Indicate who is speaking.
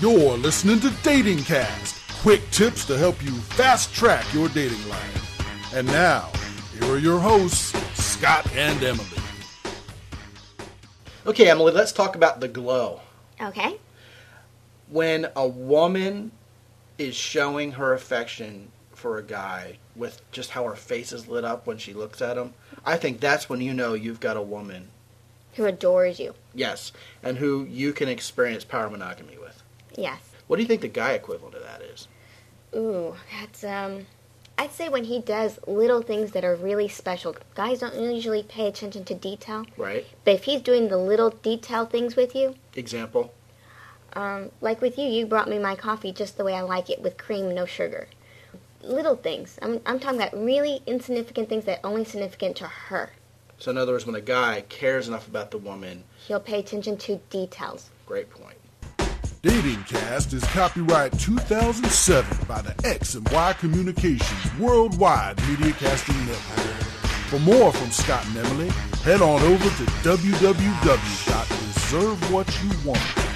Speaker 1: You're listening to Dating Cast. Quick tips to help you fast track your dating life. And now, here are your hosts, Scott and Emily.
Speaker 2: Okay, Emily, let's talk about the glow.
Speaker 3: Okay.
Speaker 2: When a woman is showing her affection for a guy with just how her face is lit up when she looks at him, I think that's when you know you've got a woman,
Speaker 3: Who adores you.
Speaker 2: yes, and who you can experience power monogamy with.
Speaker 3: Yes.
Speaker 2: What do you think the guy equivalent of that is?
Speaker 3: Ooh, that's um I'd say when he does little things that are really special. Guys don't usually pay attention to detail,
Speaker 2: Right?
Speaker 3: but if he's doing the little detail things with you,
Speaker 2: Example?
Speaker 3: um like with you, you brought me my coffee just the way I like it with cream, no sugar. Little things. I'm I'm talking about really insignificant things that only significant to her.
Speaker 2: So, in other words, when a guy cares enough about the woman,
Speaker 3: He'll pay attention to details.
Speaker 2: great point.
Speaker 1: Dating Cast is copyright 2007 by the X and Y Communications Worldwide Media Casting Network. For more from Scott and Emily, head on over to www.deservewhatyouwant.com.